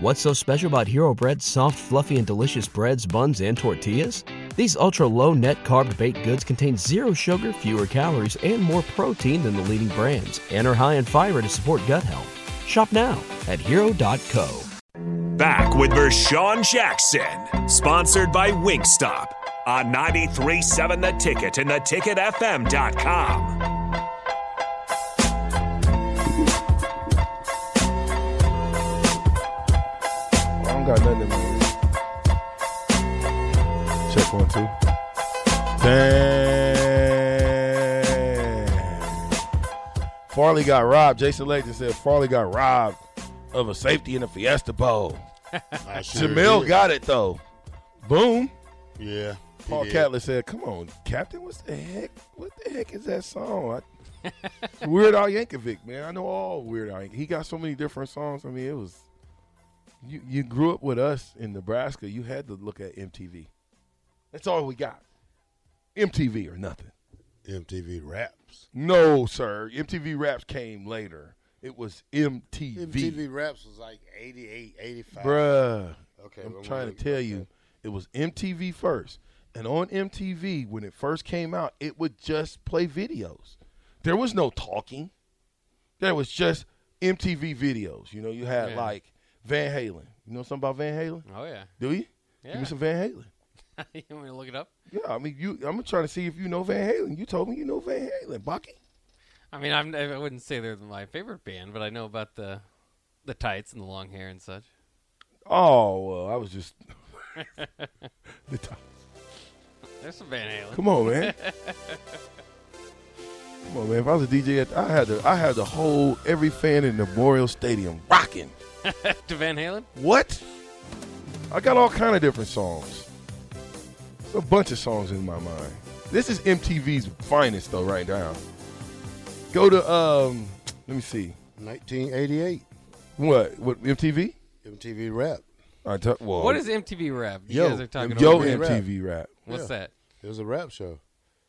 What's so special about Hero Bread's soft, fluffy, and delicious breads, buns, and tortillas? These ultra low net carb baked goods contain zero sugar, fewer calories, and more protein than the leading brands, and are high in fiber to support gut health. Shop now at hero.co. Back with Vershawn Jackson, sponsored by Wingstop on 937 The Ticket and theticketfm.com. I don't got nothing in my ear. Check one, two. Damn. Farley got robbed. Jason Legend said Farley got robbed of a safety in the Fiesta Bowl. I sure Jamil did. got it, though. Boom. Yeah. he Paul did. Catlett said, "Come on, Captain, what's the heck? What the heck is that song?" I, Weird Al Yankovic, man. I know all Weird Al. Yankovic. He got so many different songs. I mean, it was you. You grew up with us in Nebraska. You had to look at MTV. That's all we got. MTV or nothing. MTV Raps. No, sir. MTV Raps came later. It was MTV, MTV Raps was like 88, 85. bruh. Okay, I'm well, trying wait, to tell okay. you, it was MTV first. And on MTV, when it first came out, it would just play videos. There was no talking. There was just MTV videos. You know, you had Yeah. like Van Halen. You know something about Van Halen? Oh yeah. Do you? Give Yeah. me some Van Halen. you want me to look it up? Yeah, I mean, you. I'm trying to see if you know Van Halen. You told me you know Van Halen, Bucky. I mean, I'm, I wouldn't say they're my favorite band, but I know about the the tights and the long hair and such. Oh well, I was just. The t- There's some Van Halen. Come on, man. Come on, man. If I was a DJ, at- I had to, I had to hold every fan in the Memorial Stadium rocking. to Van Halen? What? I got all kind of different songs. There's a bunch of songs in my mind. This is MTV's finest though, right now. Go to um, let me see. 1988. What? What MTV? MTV Rap. I t- well, What is MTV Rap? You Yo, guys are talking Yo about MTV Rap. MTV rap? What's that? It was a rap show.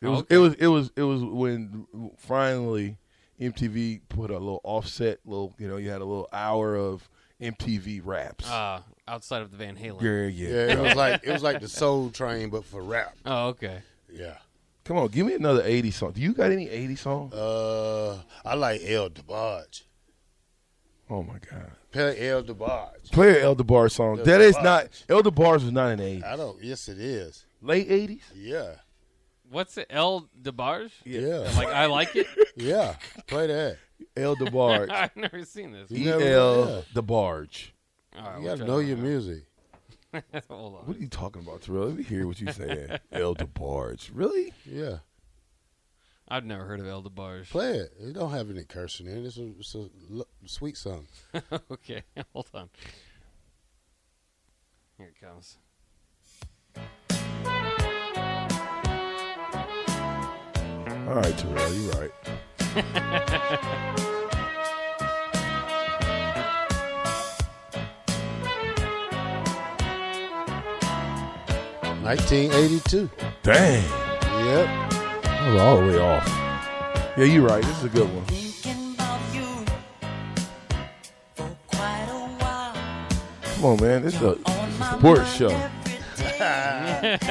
It was Okay. it was it was it was when finally MTV put a little offset, little you know, you had a little hour of MTV raps. Uh, outside of the Van Halen. yeah, yeah. Yeah, it was like it was like the Soul Train, but for rap. Oh, okay. Yeah. Come on, give me another eighty song. Do you got any eighty song? Uh, I like El DeBarge. oh my god. Play El DeBarge. Play an Elder Bars song. Elder that is Bars. not Elder Bars was not in the eighties. I don't. Yes, it is. Late eighties? Yeah. What's it? El DeBarge? Yeah. Like I like it. Yeah. Play that. Elder Barge. I've never seen this. E You never- L yeah. the Barge. All right, You we'll gotta try know that your one. music. Hold on. What are you talking about, Terrell? Let me hear what you saying. Elder Barge. Really? Yeah. I've never heard of El DeBarge. Play it. It don't have any cursing in it. It's a, it's a lo- sweet song. okay, hold on. Here it comes. All right, Terrell, you right. Nineteen eighty two. Dang. Yep. I was all the way off. Yeah, you're right. This is a good one. Thinking about you for quite a while. Come on, man. This is a On my sports mind show. every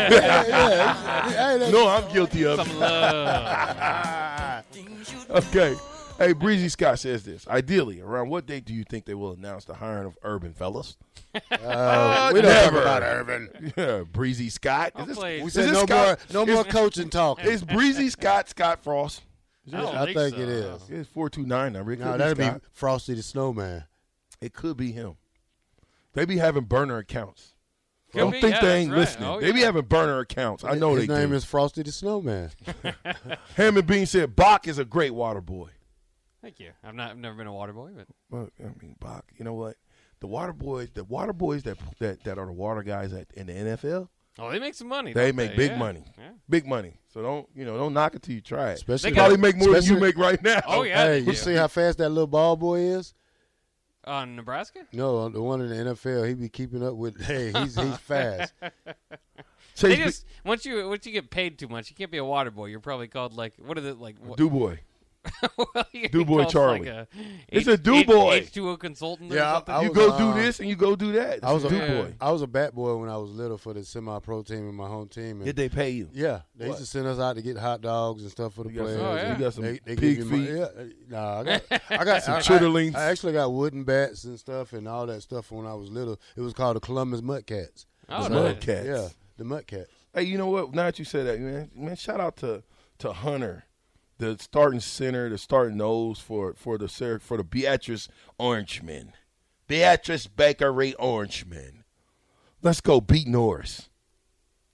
day. No, I'm guilty of Some love. Things you Okay. Hey, Breezy Scott says this. Ideally, around what date do you think they will announce the hiring of Urban Fellas? Uh, we don't talk never. about Irvin. Yeah, Breezy Scott. Is this, play- We is said this no more, Scott- no more coaching talk. Is Breezy Scott Scott Frost? I, don't I think so. it is. It's four two nine number. It could No, be that'd be Scott. Frosty the Snowman. It could be him. They be having burner accounts. Could don't be, think yeah, they that's ain't right. listening. Oh, they be yeah. having burner accounts. I know His they name do. is Frosty the Snowman. Hammond Bean said Bach is a great water boy. Thank you. I've not. I've never been a water boy, but Well, I mean, Bach. You know what? The water boys, the water boys that that, that are the water guys at, in the NFL, oh, they make some money. they don't make big Yeah. money, Yeah. big money. So don't you know? Don't knock it till you try it. Especially they probably make more than you especially- make right now. Oh yeah. Hey, they you do. see how fast that little ball boy is? on Nebraska? No, the one in the NFL, he be keeping up with. Hey, he's he's fast. They Chase just once you once you get paid too much, you can't be a water boy. You're probably called like what are the like what, Du Bois. well, he Do boy calls, Charlie. Like a It's a do boy. H two O consultant. Yeah, or I- something. I You was, go uh, do this and you go do that. I was a dude Yeah. boy. I was a bat boy when I was little for the semi-pro team in my home team. and- Did they pay you? yeah, they What? used to send us out to get hot dogs and stuff for the You got players. some, Oh, yeah. and you got some they, they pig give you feet. My, yeah, uh, nah, I got, I got Some I- I- chitterlings. I, actually got wooden bats and stuff and all that stuff when I was little. It was called the Columbus Mudcats. Oh, Mudcats. nice. Yeah, the Mudcats. Hey, you know what? Now that you said that, man, man, shout out to to Hunter, the starting center, the starting nose for for the Syrac- for the Beatrice Orangemen, Beatrice Bakery Orangemen. Let's go beat Norris.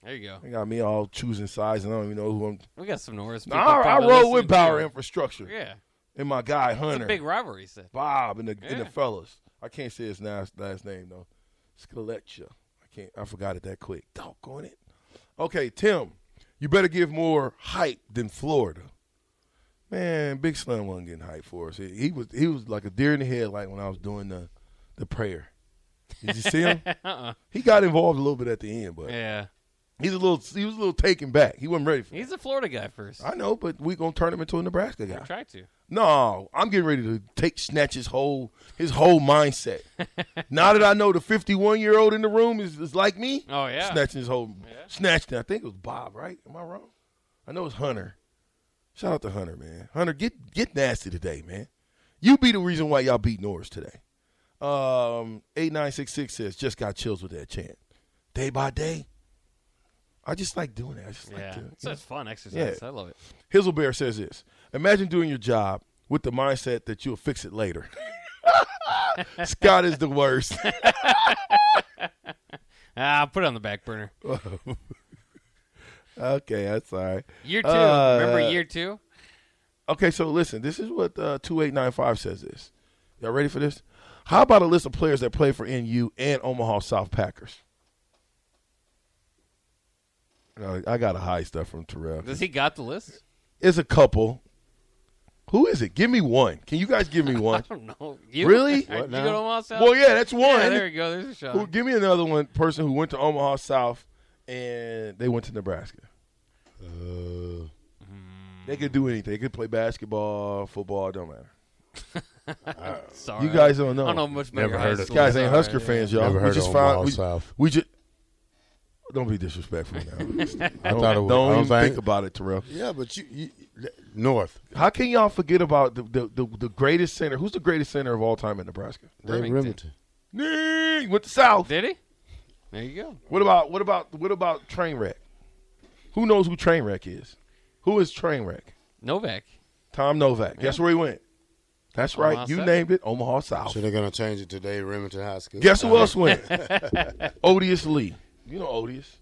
There you go. They got me all choosing sides, and I don't even know who I'm. We got some Norris. Nah, people I, I probably roll with listening, Power too. Infrastructure Yeah, and my guy it's Hunter a big rivalry set. Bob and the and the Yeah. fellas. I can't say his last last name though. Scaleccia. I can't. I forgot it that quick. Doggone it. Okay, Tim, you better give more hype than Florida. Man, Big Slim wasn't getting hype for us. He, he was he was like a deer in the headlight when I was doing the the prayer. Did you see him? Uh-uh. he got involved a little bit at the end, but Yeah, he's a little he was a little taken back. He wasn't ready for it. he's a Florida guy first. I know, but we gonna turn him into a Nebraska guy. Try to. No, I'm getting ready to take snatch his whole his whole mindset. now that I know the 51 year old in the room is, is like me, Oh yeah. snatching his whole Yeah. snatching. I think it was Bob, right? Am I wrong? I know it's Hunter. Shout out to Hunter, man. Hunter, get get nasty today, man. You be the reason why y'all beat Norris today. Um, eight nine six six says just got chills with that chant. Day by day, I just like doing it. I just like Yeah, doing it. it's such fun exercise. I love it. Hizzlebear says this Imagine doing your job with the mindset that you'll fix it later. Scott is the worst. Ah, I'll put it on the back burner. okay, that's all right. Year two. Uh, Remember year two? Okay, so listen, this is what uh, 2895 says this. Y'all ready for this? How about a list of players that play for NU and Omaha South Packers? Uh, I got to hide stuff from Terrell. Does he got the list? It's a couple. Who is it? Give me one. Can you guys give me I one? don't know. You? Really? Did you now? go to Omaha South? well, yeah, that's one. Yeah, there you go. There's a shot. Uh, Who, give me another one person who went to Omaha South and they went to Nebraska. Uh, They could do anything. They could play basketball, football, don't matter. Sorry. You guys don't know. I don't know much about Never your heard high of school. Guys ain't Sorry. Husker fans, y'all. Never we heard just of found Omaha we, South. we just don't be disrespectful now. I don't thought it was. don't I even think- think about it, Terrell. Yeah, but you, you North. How can y'all forget about the, the, the, the greatest center? Who's the greatest center of all time in Nebraska? Dave Remington. Remington. Nee, he went to South. Did he? There you go. What about what about what about Trainwreck? Who knows who Trainwreck is? Who is Trainwreck? Novak. Tom Novak. Guess where he went? That's Omaha right. You South. named it Omaha South. So they're gonna change it to Dave Remington High School. Uh-huh. Guess who else went? Odious Lee. You know Odious.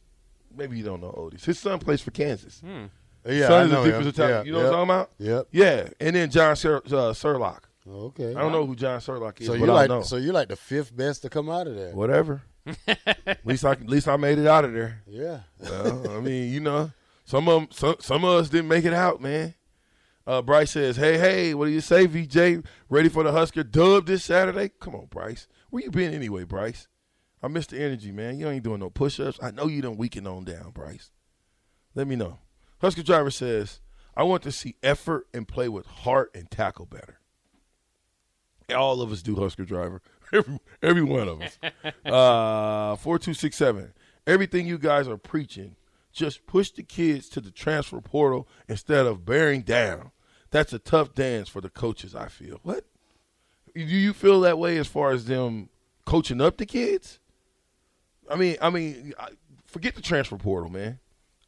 Maybe you don't know Odious. His son plays for Kansas. Hmm. Yeah, son I is a know him. defensive tackle. Yeah, you know yep. what I'm talking about? Yep. Yeah. And then John Sur- uh, Surlock. Okay. I don't know who John Surlock is, So but you I like? know. So you like the fifth best to come out of there? Whatever. at least I at least I made it out of there. Yeah. Well, I mean, you know, some of 'em- some some of us didn't make it out, man. Uh, Bryce says, "Hey, hey, what do you say, VJ? Ready for the Husker dub this Saturday? Come on, Bryce. Where you been anyway, Bryce? I missed the energy, man. You ain't doing no push-ups. I know you done weakened on down, Bryce. Let me know." Husker driver says, "I want to see effort and play with heart and tackle better." All of us do Husker driver. Every, every one of us. Uh, 4267. Everything you guys are preaching, just push the kids to the transfer portal instead of bearing down. That's a tough dance for the coaches, I feel. What? Do you feel that way as far as them coaching up the kids? I mean, I mean, I- forget the transfer portal, man.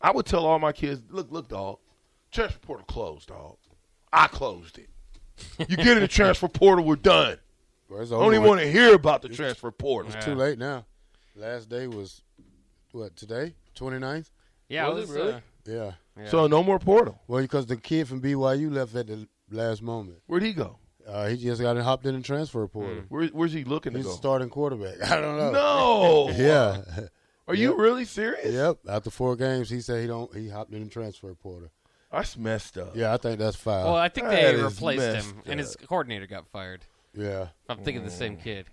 I would tell all my kids, look, look, dog, transfer portal closed, dog. I closed it. You get in the transfer portal, we're done. Well, it's I over don't even with. want to hear about the transfer portal. It's too late now. Last day was what today? 29th? Yeah, Was it it was, really? uh, Yeah. So no more portal. Well, because the kid from BYU left at the last moment. Where'd he go? Uh, he just got hopped in the transfer portal. Where, where's he looking to He's a Mm. go? starting quarterback. I don't know. No. Yeah. Are you really serious? yep. After four games, he said he don't. He hopped in the transfer portal. That's messed up. Yeah, I think that's foul. Well, I think That they is replaced messed Mm. him, and his coordinator got fired. yeah. I'm thinking the same kid.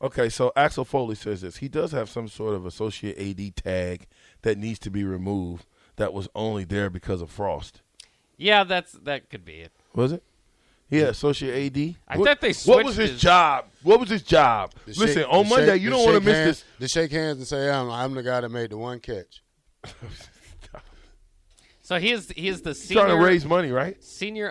Okay, so Axel Foley says this. He does have some sort of associate AD tag that needs to be removed that was only there because of Frost. Yeah, that's that could be it. Was it? Yeah, associate AD. I What- thought they What was switched his his- job? What was his job? To shake- Listen, on to Monday, shake- you to don't want to shake miss hands- this. To shake hands and say, I'm, I'm the guy that made the one catch. So he is he is the He's trying to senior raise money, right? senior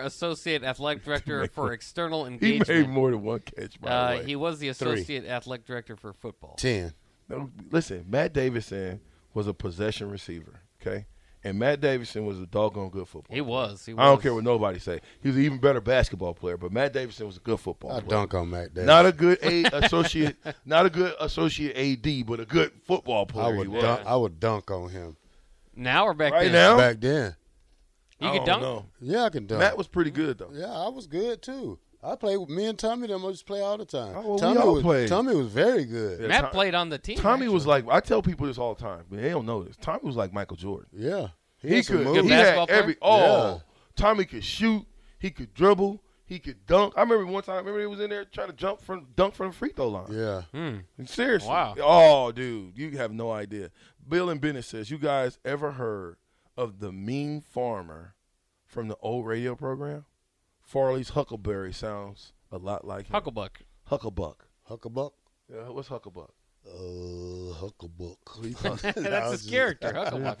associate athletic director for external He engagement. made more than one catch, by uh, the way. he was the Three. associate athletic director for football. 10. No, listen, Matt Davidson was a possession receiver, okay? And Matt Davidson was a doggone good football. He was. He was. I don't care what nobody say. He was an even better basketball player, but Matt Davidson was a good football I player. dunk on Mac Davis. Not a good a associate, not a good associate AD, but a good football player. I he would, was. dunk, I would dunk on him. Now or back Right then? now? Back then. You I could don't dunk. know. Yeah, I can dunk. Matt was pretty good though. yeah, I was good too. I played with me and Tommy. Them I just play all the time. Oh, well, we Tommy all was played. Tommy was very good. Yeah. Matt Tom- played on the team. Tommy was actually. like I tell people this all the time, but they don't know this. Tommy was like Michael Jordan. Yeah, He, had some could. moves. He Good basketball had player? every. Oh, Yeah. Tommy could shoot. He could dribble. He could dunk. I remember one time. Remember he was in there trying to jump from dunk from the free throw line. Yeah, Seriously. Wow. Oh, dude, you have no idea. Bill and Bennett says, you guys ever heard of the mean farmer from the old radio program? Farley's Huckleberry sounds a lot like him. Hucklebuck. Hucklebuck. Huckabuck. Yeah, what's Hucklebuck? Uh, Huckabuck. That's his character. Hucklebuck.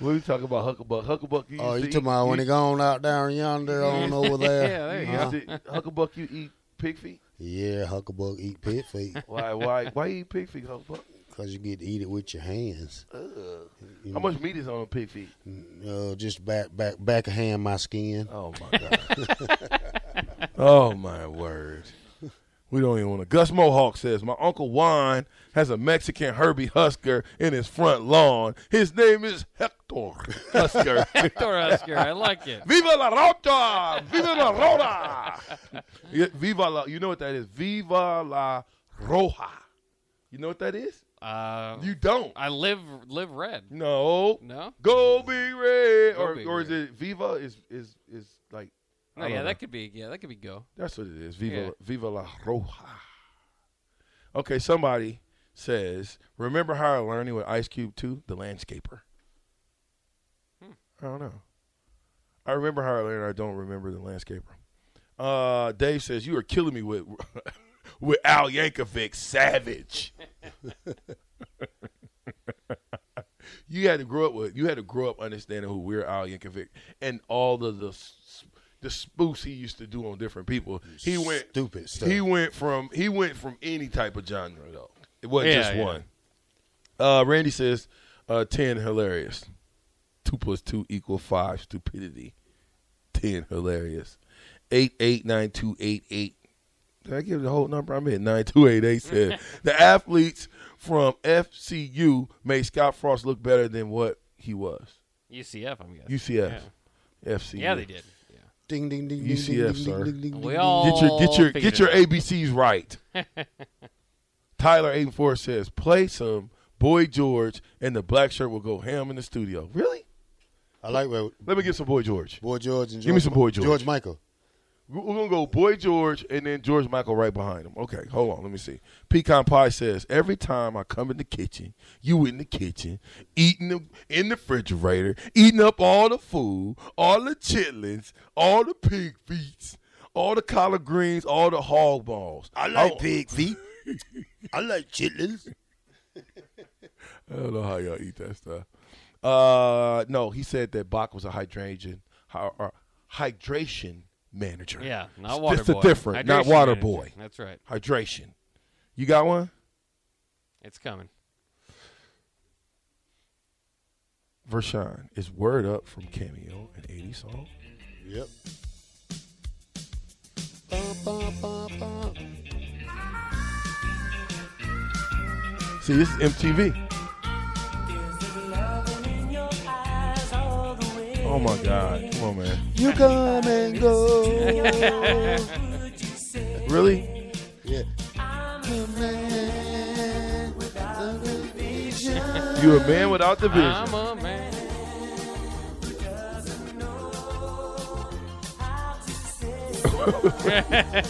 What are you talking about, Hucklebuck? Hucklebuck. You Oh, used you to talking eat, about when you he gone out down yonder on over there? Yeah, there you Huh? go. used to- Hucklebuck, you eat pig feet? Yeah, Huckabuck eat pit feet Why, why, why you eat pig feet, Hucklebuck? because you get to eat it with your hands. You How much meat is on a pig feet? Uh, just back, back, back of hand my skin. Oh my god. oh my word. We don't even want to. Gus Mohawk says my uncle Juan has a Mexican Herbie Husker in his front lawn. His name is Hector Husker. Thor Husker. I like it. Viva la Rota! Viva la Rota! Yeah, Viva la. You know what that is? Viva la Roja. You know what that is? Uh, You don't. I live live red. No. No. Go be red, Go or Big or is Red. it Viva? Is is is like? I No, don't yeah, know. that could be. Yeah, that could be go. That's what it is. Viva, Yeah. Viva la Roja. Okay, somebody says, remember how I learned it with Ice Cube too? The landscaper. I don't know. I remember how I learned. I don't remember the landscaper. Uh, Dave says you are killing me with with Al Yankovic, savage. you had to grow up with. You had to grow up understanding who Weird Al Yankovic and all of the s- the spoofs he used to do on different people. He went Stupid stuff. He went from he went from any type of genre though. It wasn't Yeah, just yeah. one. Uh, Randy says uh, ten hilarious. Two plus two equal five stupidity. Ten hilarious. Eight eight nine two eight eight. Did I give the whole number? I'm at nine two eight eight. Said the athletes from FCU made Scott Frost look better than what he was. UCF. I'm guessing. UCF, FCU. Yeah, they did. Yeah. Ding ding ding. UCF, ding, ding, sir. Ding, ding, ding, We ding. all Get your get your figured get your it out. ABCs right. Tyler eight four says, "Play some Boy George, and the black shirt will go ham in the studio." Really? I like what Let me get some Boy George. Boy George and George Give me some Boy George. George Michael. We're gonna go Boy George and then George Michael right behind him. Okay, hold on. Let me see. Pecan Pie says every time I come in the kitchen, you in the kitchen, eating the, in the refrigerator, eating up all the food, all the chitlins, all the pig feet, all the collard greens, all the hog balls. Oh. I pig feet. I like chitlins. I don't know how y'all eat that stuff. Uh, no, he said that Bach was a hydration, hy- or hydration manager. Yeah, not water That's the boy. different, not Hydration water manager. boy. That's right. Hydration. You got one? It's coming. Vershawn is word up from Cameo, an 80 song. Yep. Bum, bum, bum, bum. See, this is MTV. Oh my God! Come on, man. You come and go. Really? yeah. You a man without the I'm vision? a man. I'm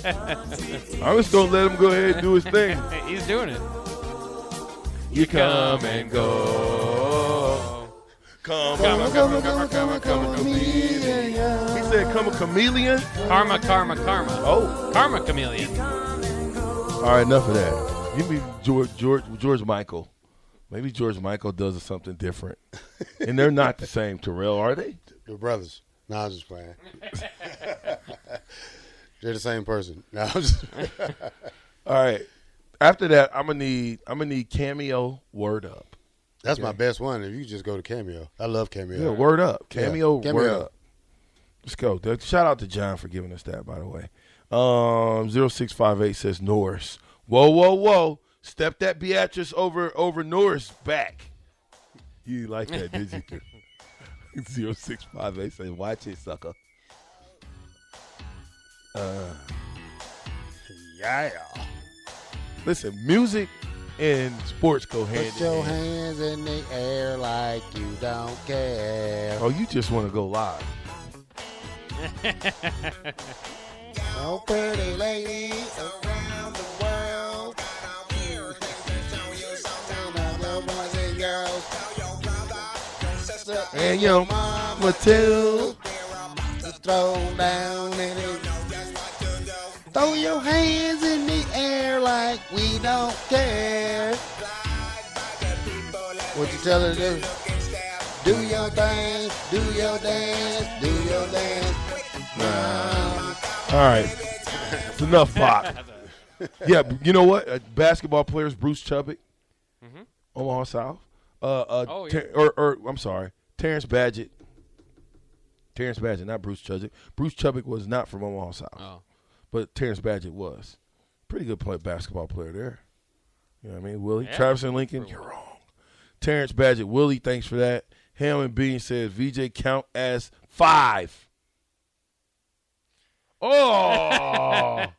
just gonna let him go ahead and do his thing. Hey, he's doing it. You come and go. Come, come, come, come, come, come, chameleon. He said, "Come a chameleon." Karma, karma, karma. Oh, Karma chameleon. all right. Enough of that. Give me George, George, George Michael. Maybe George Michael does something different, and they're not the same. Terrell, are they? The brothers. No, I'm just playing. They're the same person. No, I'm just. All right. After that, I'm gonna need I'm gonna need cameo word up. That's my best one. If you just go to Cameo, I love Cameo. Yeah, word up. Yeah, Cameo, word cameo. up. Let's go. Th- Shout out to John for giving us that, by the way. Um, 0658 says Norris. Whoa, whoa, whoa. Step that Beatrice over over Norris back. You didn't like that, did you? 0658 says, watch it, sucker. Uh, Yeah. Listen, music and sports go hand Put in your hand. hands in the air like you don't care. Oh, you just want to go live. Oh, pretty ladies around the world. And yo, mama too. Throw down and throw your hands in the air like we don't care. What you tell her to do? Do your dance, do your dance, do your dance. All right. It's enough pop. yeah, b- you know what? Uh, basketball players, Bruce Chubbuck, Omaha South. Uh, uh, Mm-hmm. Oh, yeah. Ter- or, or, I'm sorry, Terrence Badgett. Terrence Badgett, not Bruce Chubbuck. Bruce Chubbuck was not from Omaha South, Oh. but Terrence Badgett was. Pretty good play basketball player there. You know what I mean? Willie. Yeah. Travis and Lincoln, you're wrong. Terrence Badgett, Willie, thanks for that. Ham and Bean says VJ count as five. Oh,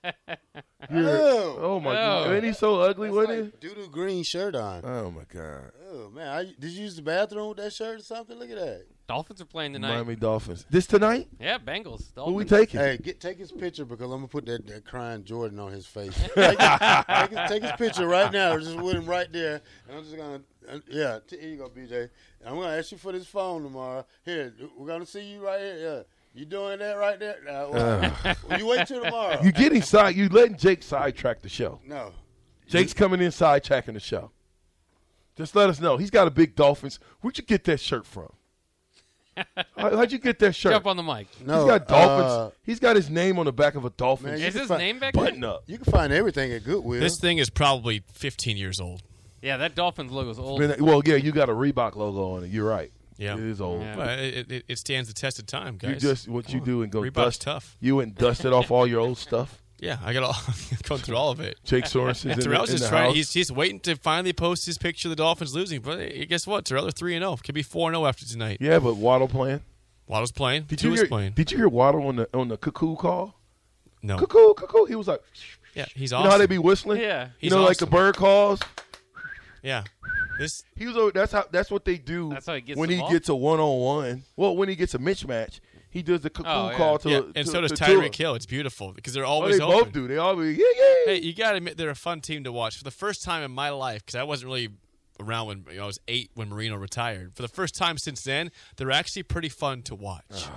oh my god! Oh. And he's so ugly, wasn't he? Like doo doo green shirt on. Oh my god! Oh man, I, did you use the bathroom with that shirt or something? Look at that. Dolphins are playing tonight. Miami Dolphins. This tonight? Yeah, Bengals. Dolphins. Who we taking? Hey, get take his picture because I'm gonna put that, that crying Jordan on his face. take, his, take, his, take his picture right now, just with him right there, and I'm just gonna, uh, yeah. T- here you go, BJ. I'm gonna ask you for this phone tomorrow. Here, we're gonna see you right here. Yeah, you doing that right there? Nah, well, you wait till tomorrow. You getting side? You letting Jake sidetrack the show? no, Jake's coming in sidetracking the show. Just let us know. He's got a big Dolphins. Where'd you get that shirt from? How, would you get that shirt? Jump on the mic. no. He's got dolphins. uh, He's got his name on the back of a dolphin. Man, Is his find- name back there? button up. you can find everything at Goodwill. This thing is probably 15 years old. Yeah, that Dolphins logo's old. Man, well, yeah, you got a Reebok logo on it. You're right. Yeah. it is old. Yeah. But it, it, it stands the test of time, guys. You just what you do and go Reebok's dust tough. You went and dusted off all your old stuff. yeah, I got all going through all of it. Jake Sorensen's in, the, in Terrell's just the trying. house. He's, he's waiting to finally post his picture of the Dolphins losing. But hey, guess what? Terrell's three and zero. Could be four and zero after tonight. yeah, but Waddle playing. Waddle's playing. Did Tua's you hear? playing. Did you hear Waddle on the on the cuckoo call? no. Cuckoo, cuckoo. He was like, Yeah, he's you awesome. know how they be whistling? Yeah. you He's know, like the awesome. bird calls. yeah. This He was over, that's how that's what they do. That's how he gets when the he ball? gets a one on one. Well, when he gets a mismatch, he does the cuckoo Oh, yeah. call to, yeah, to and so does to Tua. Tyreek Hill. It's beautiful because they're Oh, always they open. both do. They all be yeah, yeah. yeah. Hey, you gotta admit they're a fun team to watch. For the first time in my life, because I wasn't really around when you know, I was eight when Marino retired. For the first time since then, they're actually pretty fun to watch.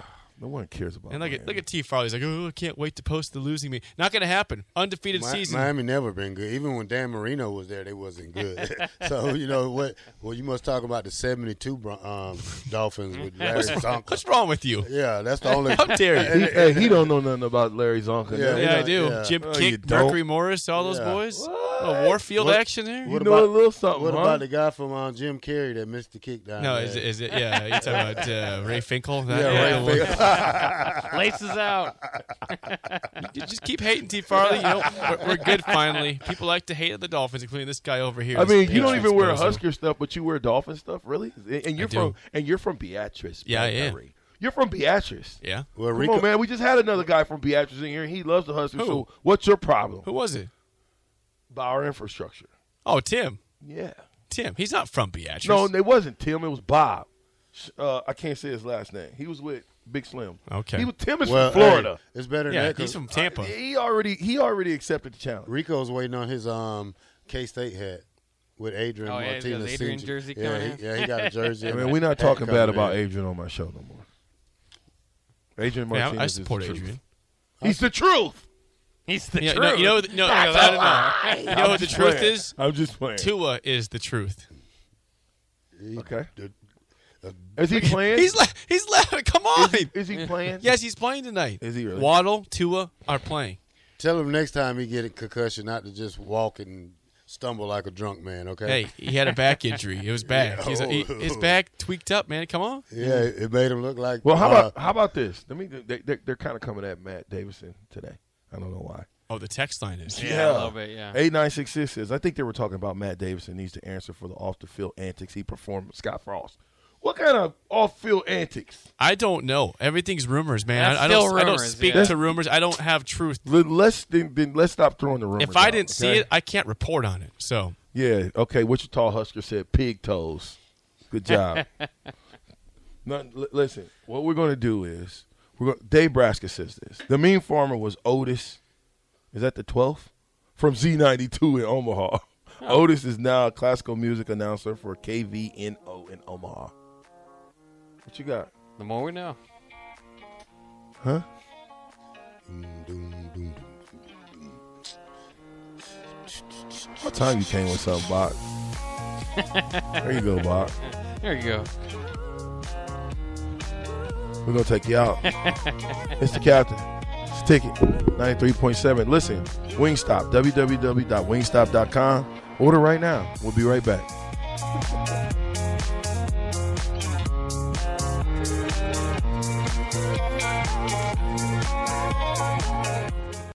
No one cares about. and look at Miami. look at T. Farley's like, oh, I can't wait to post the losing me. Not gonna happen. Undefeated Mi- season. Miami never been good. Even when Dan Marino was there, they wasn't good. so you know what? Well, you must talk about the '72 um, Dolphins with Larry Zonka. What's wrong with you? Yeah, that's the only. How dare he, you? hey, he don't know nothing about Larry Zonka. Yeah. yeah, I do. yeah. Jim No, Oh, you Kick, don't. Mercury Morris, all those Yeah. boys. A little Warfield What- action there. You What know about- a little something. What huh? about the guy from um, Jim Carrey that missed the kick down no, there? is it, is it? Yeah, you talking about uh, Ray Finkel? That, yeah, the Ray one- Fick- Laces out. You just keep hating T. Farley. You know, we're, we're good finally. People like to hate the Dolphins, including this guy over here. I this mean, you don't Patriots even wear bozo. Husker stuff, but you wear Dolphin stuff, really? And- And you're do. from and you're from Beatrice. Yeah, I am. Montgomery. You're from Beatrice. Yeah. Well, Come Rico, on, man. We just had another guy from Beatrice in here, and he loves the Huskers. Who? So, what's your problem? Who was it? About our infrastructure. Oh, Tim. Yeah. Tim. He's not from Beatrice. No, it wasn't Tim. It was Bob. Sh- Uh, I can't say his last name. He was with Big Slim. Okay. He was Tim is well, from Florida. hey, it's better than yeah, that. 'cause he's Uh, from Tampa. He already he already accepted the challenge. Rico's waiting on his um, K State hat. with Adrian Oh, yeah, he's got Martinez. his Adrian Sr. jersey yeah, coming he, yeah, he got a jersey. I and mean, a we're not talking hat bad coming about in. Adrian on my show no more. Adrian Man, I- Martinez. I is the support truth. Adrian. He's the truth. He's the Yeah, you truth. know- you know, th- no, no, no, no. You know what the truth is? I'm just playing. Tua is the truth. Okay. Dude, Is he playing? He's la- he's laughing. Come on. Is he playing? yes, he's playing tonight. Is he really? Waddle, Tua are playing. Tell him next time he get a concussion not to just walk and stumble like a drunk man. Okay. Hey, he had a back injury. It was bad. He's- he- Oh. his back tweaked up, man. Come on. Yeah, it made him look like. Well, how uh, about how about this? Let me. They, they, they're kind of coming at Matt Davidson today. I don't know why. Oh, the text line is. Yeah, a little bit, yeah. Eight nine six six says I think they were talking about Matt Davidson needs to answer for the off the field antics he performed with Scott Frost. What kind of off field antics? I don't know. Everything's rumors, man. That's I, I don't. still I don't rumors, speak yeah. to rumors. I don't have truth. Let- Let's then, then let's stop throwing the rumors. If I out, didn't see Oh okay? it, I can't report on it. So yeah, okay. Wichita Husker said pig toes. Good job. None, l- listen, what we're going to do is we're going. Dave Braska says this. The mean farmer was Otis. Is that the twelfth from Z ninety two in Omaha? Otis is now a classical music announcer for KVNO in Omaha. What you got? The more we know. Huh? What time you came with something, Bach? there you go, Bach. There you go. We're gonna take you out. it's the captain. It's ticket. 93.7. Listen, Wingstop, www.wingstop.com. Order right now. We'll be right back.